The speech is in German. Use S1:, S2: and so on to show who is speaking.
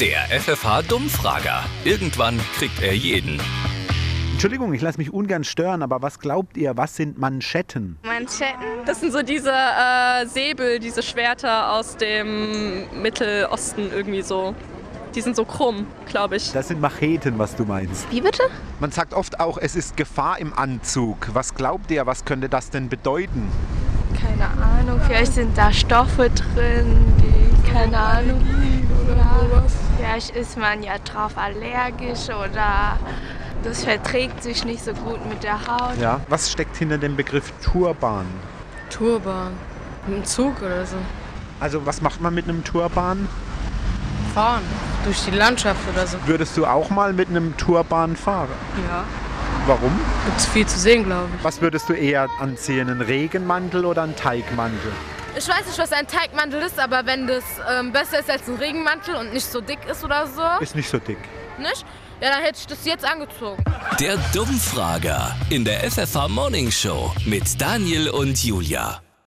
S1: Der FFH-Dummfrager. Irgendwann kriegt er jeden.
S2: Entschuldigung, ich lasse mich ungern stören, aber was glaubt ihr, was sind Manschetten?
S3: Manschetten? Das sind so diese äh, Säbel, diese Schwerter aus dem Mittelosten irgendwie so. Die sind so krumm, glaube ich.
S2: Das sind Macheten, was du meinst.
S3: Wie bitte?
S4: Man sagt oft auch, es ist Gefahr im Anzug. Was glaubt ihr, was könnte das denn bedeuten?
S5: Keine Ahnung, vielleicht sind da Stoffe drin, die, keine Ahnung. Ja, vielleicht ist man ja drauf allergisch oder das verträgt sich nicht so gut mit der Haut.
S2: Ja. Was steckt hinter dem Begriff Turban?
S6: Turban. Mit dem Zug oder so.
S2: Also was macht man mit einem Turban?
S6: Fahren. Durch die Landschaft oder so.
S2: Würdest du auch mal mit einem Turban fahren?
S6: Ja.
S2: Warum?
S6: Gibt's viel zu sehen, glaube ich.
S2: Was würdest du eher anziehen, einen Regenmantel oder einen Teigmantel?
S7: Ich weiß nicht, was ein Teigmantel ist, aber wenn das ähm, besser ist als ein Regenmantel und nicht so dick ist oder so,
S2: Ist nicht so dick.
S7: nicht? Ja, dann hätte ich das jetzt angezogen.
S1: Der Dummfrager in der FFH Morning Show mit Daniel und Julia.